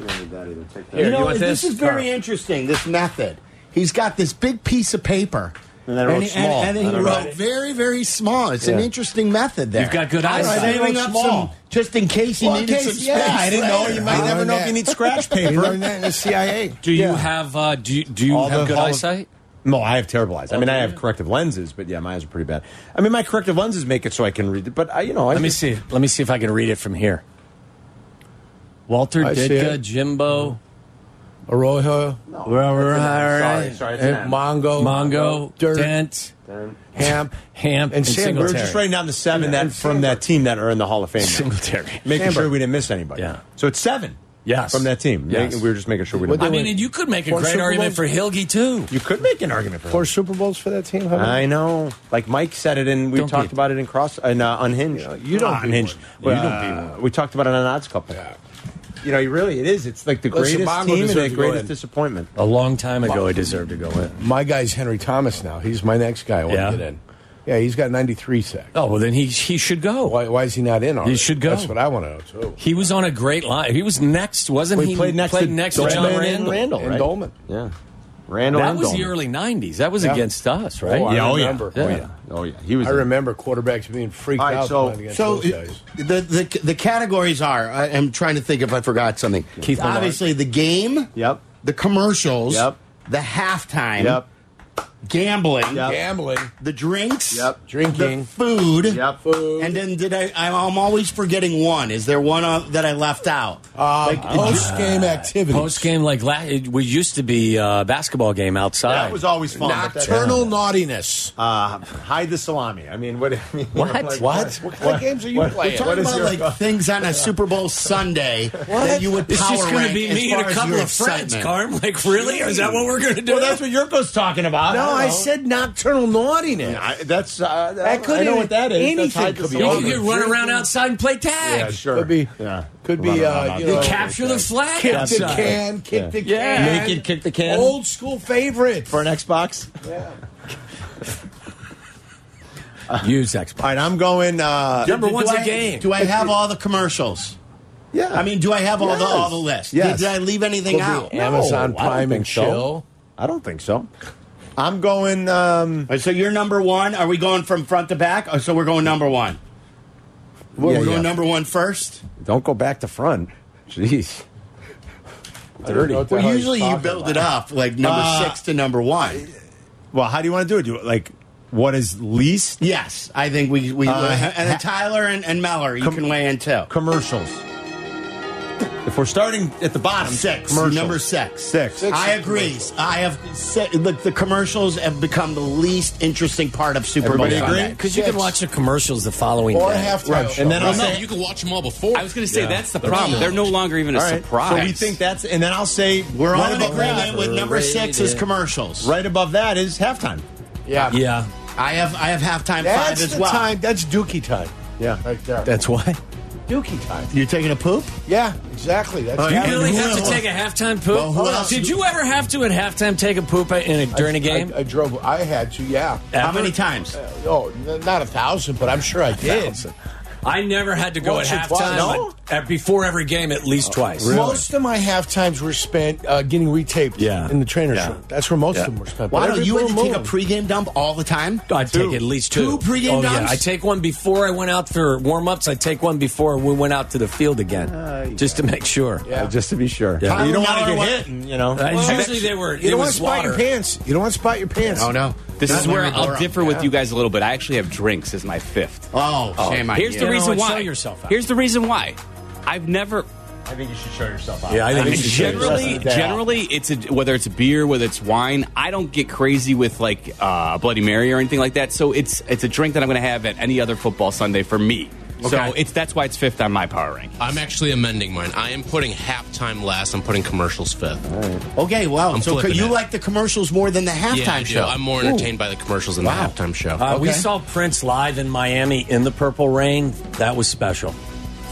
we don't need that either. Take that. you know, this? is very interesting. This method. He's got this big piece of paper. And then I wrote he- small. And, and And I he wrote- wrote very, very small. It's an Yeah. interesting method there. You've got good I was eyesight. saving I wrote up small. some just in case he Well, in needed case- some yeah, space. I didn't know. later. You might I never learned know if that. you need scratch paper. You learned that in the CIA. Do you Yeah. have uh, do you, do you All the have good Hall of- eyesight? No, I have terrible eyes. I mean, I Okay. have corrective lenses, but yeah, my eyes are pretty bad. I mean, my corrective lenses make it so I can read it, but I, you know, I Let me see. Let me see if I can read it from here. Walter I see Ditka, it. Jimbo, Aroha. No, Sorry, sorry, it's an M. Mongo. Eh, Mongo, Dirt. Dent, Hamp. Hamp, and, Sam, we Singletary. we're just writing down the seven Yeah, that from that team that are in the Hall of Fame. now. Singletary. Making Samberg. sure we didn't miss anybody. Yeah. So it's seven. Yes. From that team. Yes. Making- We were just making sure we didn't. I mean, and you could make a Four great Super argument Bowls? for Hilgi too. you could make an argument for Four that. Super Bowls for that team. How about I know. Like Mike said it, and we Don't talked be- about it in Cross and uh, Unhinged. you don't Not be Unhinged. one. You Uh, don't be We talked about it on Odds Couple. You know, you really, it is. It's like the Listen, greatest Mongo team and deserves to the go greatest in. disappointment. A long time ago, he deserved to go in. My guy's Henry Thomas now. He's my next guy. I want Yeah. to get in. Yeah, he's got 93 sacks. Oh well, then he he should go. Why, why is he not in on He should go. That's what I want to know, too. He was on a great line. He was next, wasn't We he? played next to John Dolman and Randall. Randall, And right? Dolman. Yeah. Randall That and was the Dolman. early '90s. That was Yeah. against us, right? Oh, I Yeah, oh, yeah. remember. Oh, Yeah. yeah. Oh, yeah. He was. I in- remember quarterbacks being freaked All right, out so- playing against So those guys. the, the the categories are. I, I'm trying to think if I forgot something. Keith Millard. Obviously, the game, Yep. the commercials, Yep. the halftime, Yep. gambling, Yep. Gambling. the drinks, Yep. the Drinking. food, Yep. Food. and then did I? I'm, I'm always forgetting one. Is there one uh, that I left out? Uh, post game activities. Post game, like la- it, we used to be uh, basketball game outside. That was always fun. but that- Nocturnal naughtiness. Uh, hide the salami. I mean, what? I mean, What? like, What? What kind of games are you playing? We're talking What is about your- like things on a Super Bowl Sunday that you would power It's just going to rank be as me far and a as couple your of friends, excitement. Carm. Like, really? Is that Oh, what we're going to do? what Yurko's talking about. no, I, don't know. said nocturnal naughtiness. I, that's uh, that could I know be- what that is. anything That's hide the could be you salami. can get run around outside and play tag. Yeah, sure. Could be- Yeah. could be, Run around uh, out you there. know, Capture the flag Kick the outside. can, kick the Yeah. can. Naked kick the can. Old school favorite. for an Xbox. Use Xbox. All right, I'm going. Uh, Number Do one's I- a game. Do I have all the commercials? yeah, I mean, do I have all the all the list? Yes. Did, did I leave anything Well, out? the- No, Amazon I don't Prime think and so. chill. I don't think so. I'm going. Um, All right, so you're number one. Are we going from front to back? Or so we're going number one. yeah, we're yeah. going number one first. Don't go back to front. Jeez, dirty. what the Well, hell usually he's you talking build about. it up like number Uh, six to number one. Well, how do you want to do it? Do it like what is least Yes, I think we we Uh, and then Tyler and, and Meller, you Com- can weigh in too. commercials? If we're starting at the bottom, Six, commercials. number six. Six. Six I agree. I have said, look, the commercials have become the least interesting part of Super Everybody Bowl. agree? Sunday. Because you can watch the commercials the following Or day. halftime Right, show. and then I'll no, say you can watch them all before. I was going to say that's the problem. They're no longer even a all right. surprise. So we think that's, and then I'll say We're right all in above agreement that- with number six is commercials. Right above that is halftime. yeah. Yeah, I have I have halftime That's five as the well. time. That's Dookie time. Yeah. Right there. that's why. Dookie time. You're taking a poop? Yeah, exactly. That's You Yeah. really who have to else- take a halftime poop. Well, who else- Did you ever have to at halftime take a poop in a, during a I- game? I, drove. I had to. Yeah. How Ever? many times? Oh, n- not a thousand, but I'm sure I did. I never had to go Once at or twice. halftime. No? but at- before every game, at Oh, least twice. Most of my half times were spent uh, getting retaped. Yeah. In the trainer's Yeah. room. That's where most Yeah. of them were spent. Why But don't every you had to blue take a moon- pregame dump all the time? I'd take at least two. Two pregame oh, yeah. dumps? I take one before I went out for warm ups. I take one before we went out to the field again, just to make sure. Uh, just to be sure. Yeah. You don't want Tyler to Miller, get what- hit, and, you know. And Well, usually they were. You it don't want was to spot your water. pants. You don't want to spot your pants. Oh no. This Not is where Larry I'll Dorum. differ with you guys a little bit. I actually have drinks as my fifth. Oh, shame on Here's you. the reason and show why. yourself out. Here's the reason why. I've never I think you should show yourself out. Yeah, I think you should show generally yourself. generally it's a, whether it's beer, whether it's wine. I don't get crazy with like uh, a Bloody Mary or anything like that. So it's it's a drink that I'm going to have at any other football Sunday for me. So it's that's why it's fifth on my power rank. I'm actually amending mine. I am putting halftime last. I'm putting commercials fifth. Okay, well, I'm Oh, so flipping you it. like the commercials more than the halftime yeah, I do. show. I'm more entertained by the commercials than Wow. the halftime show. Uh, We saw Prince live in Miami in the Purple Rain. That was special.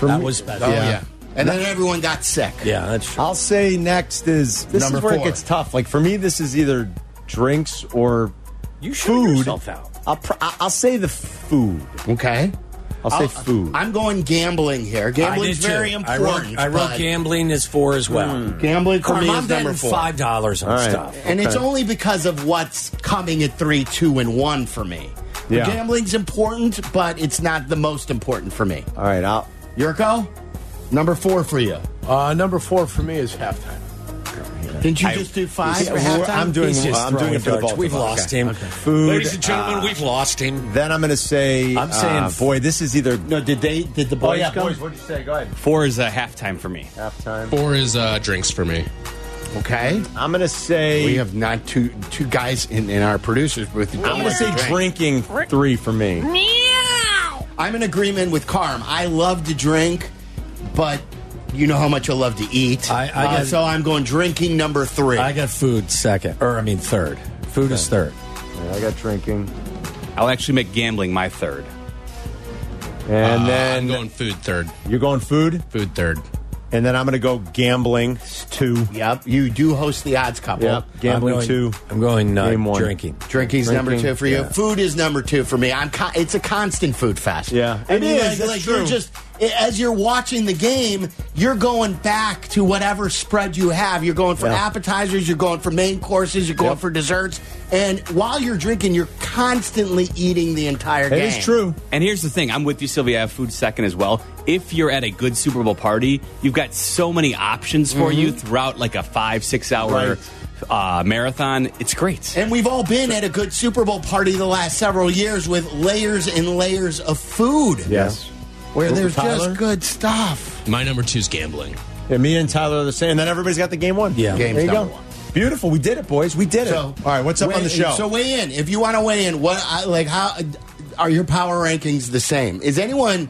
that was special. Oh, And then everyone got sick. Yeah, that's Oh, I'll say next is this Number is where four. it gets tough. Like for me, this is either drinks or you food. Yourself out. I'll pr- I- I'll say the food. Okay. I'll say food. I'm going gambling here. Gambling's I did, too. very important. I wrote, I wrote but- gambling is four as well. Hmm. Gambling for Carm, me I'm is number betting four. Five dollars on All right. stuff, and it's only because of what's coming at three, two, and one for me. The Yeah. Gambling's important, but it's not the most important for me. All right, I'll. Yurko, number four for you. Uh, number four for me is halftime. Didn't you just do five for Yeah, halftime? I'm doing. He's just I'm doing it throwing for the darts. both We've of us. lost Okay. him. Okay. Food. Ladies and gentlemen, uh, we've lost him. Then I'm going to say. I'm saying uh, f- boy, this is either. No, did they? Did Oh, the boys come? what'd you say? Go ahead. Four is a halftime for me. Halftime. Four is uh, drinks for me. Okay. I'm going to say. We have not two two guys in, in our producers with. I'm going to say drinking three for me. I'm in agreement with Carm. I love to drink, but you know how much I love to eat. I, I got- so I'm going drinking number three. I got food second, or I mean third. Food is third. I got drinking. I'll actually make gambling my third. And Ah, Uh, then I'm going food third. you're going food, Food third. and then I'm going to go gambling s- two. Yep, you do host the odds couple. Yep, gambling I'm going- two. I'm going uh, Game one. drinking. Drinking's Drinking, number two for you. yeah. Food is number two for me. I'm con- it's a constant food fest. Yeah, I it mean, is, like, that's like you're true. just i- as you're watching the game, you're going back to whatever spread you have. You're going for Yeah. appetizers, you're going for main courses, you're going Yep. for desserts, and while you're drinking, you're constantly eating the entire game. And here's the thing I'm with you, Sylvia. I have food second as well. If you're at a good Super Bowl party, you've got so many options for you throughout like a five, six hour uh, marathon. It's great. And we've all been at a good Super Bowl party the last several years with layers and layers of food. Yes. Where there's Tyler? just good stuff. My number two is gambling. And me and Tyler are the same. And then everybody's got the game one. Yeah. Game's there you go. number one. Beautiful. We did it, boys. We did it. So, All right, what's up weigh- on the show? So weigh in if you want to weigh in. What I, like how are your power rankings the same? Is anyone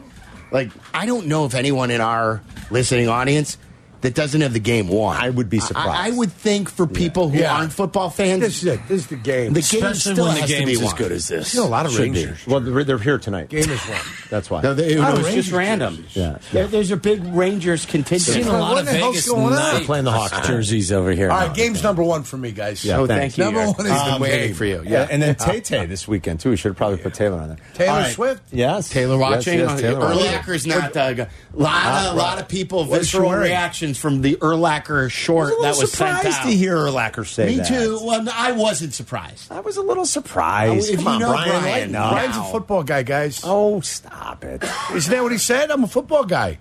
like I don't know if anyone in our listening audience that doesn't have the game one. I would be surprised. I, would think for people who Yeah. aren't football fans, This is it. This is the game. the game Especially still when the has to be game's as won. good as this. You know, a lot of Should be. Rangers. well, they're, they're here tonight. Game is won. That's why. No, they- it Oh, was Rangers just random. yeah. There- there's a big Rangers contingent. Seen a lot of the hell's Vegas going on? night They're playing the Hawks. jerseys over here. All right, No. game's number one for me, guys. Yeah, Oh, thanks. thank you. number Eric. one is the I'm waiting game. for you. Yeah, Yeah. and then Tay Tay this weekend too. We should have probably put Taylor on there. Taylor All right. Swift? yes. Taylor Yes, watching. yes, Taylor watching. Erlacher's not. uh, A lot, of, lot of people What is she visceral wearing? reactions from the Erlacher short I that was a little was sent surprised out. to hear Erlacher say Me that. too. Well, I wasn't surprised. I was a little surprised. If Come you on, know Brian. Brian, lighten no. up. Brian's a football guy, guys. Oh, stop it. Isn't that what he said? I'm a football guy.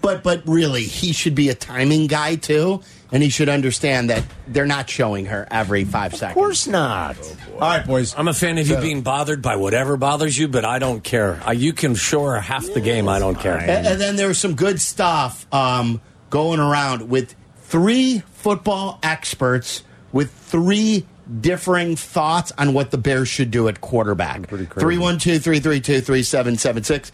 But but really, he should be a timing guy too, and he should understand that they're not showing her every five seconds. Of course not. All right, boys. I'm a fan of you being bothered by whatever bothers you, but I don't care. Uh, you can shore half the game. I don't care. A- And, then there was some good stuff um, going around with three football experts with three differing thoughts on what the Bears should do at quarterback. Three one two three three two three seven seven six.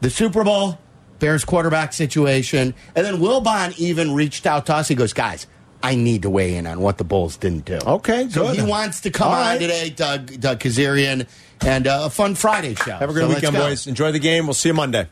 The Super Bowl, Bears quarterback situation, and then Will Bond even reached out to us. He goes, guys. I need to weigh in on what the Bulls didn't do. Okay, so good. he wants to come All on right. today, Doug, Doug Kazarian, and uh, a fun Friday show. Have a great So let's weekend, go. boys. Enjoy the game. We'll see you Monday.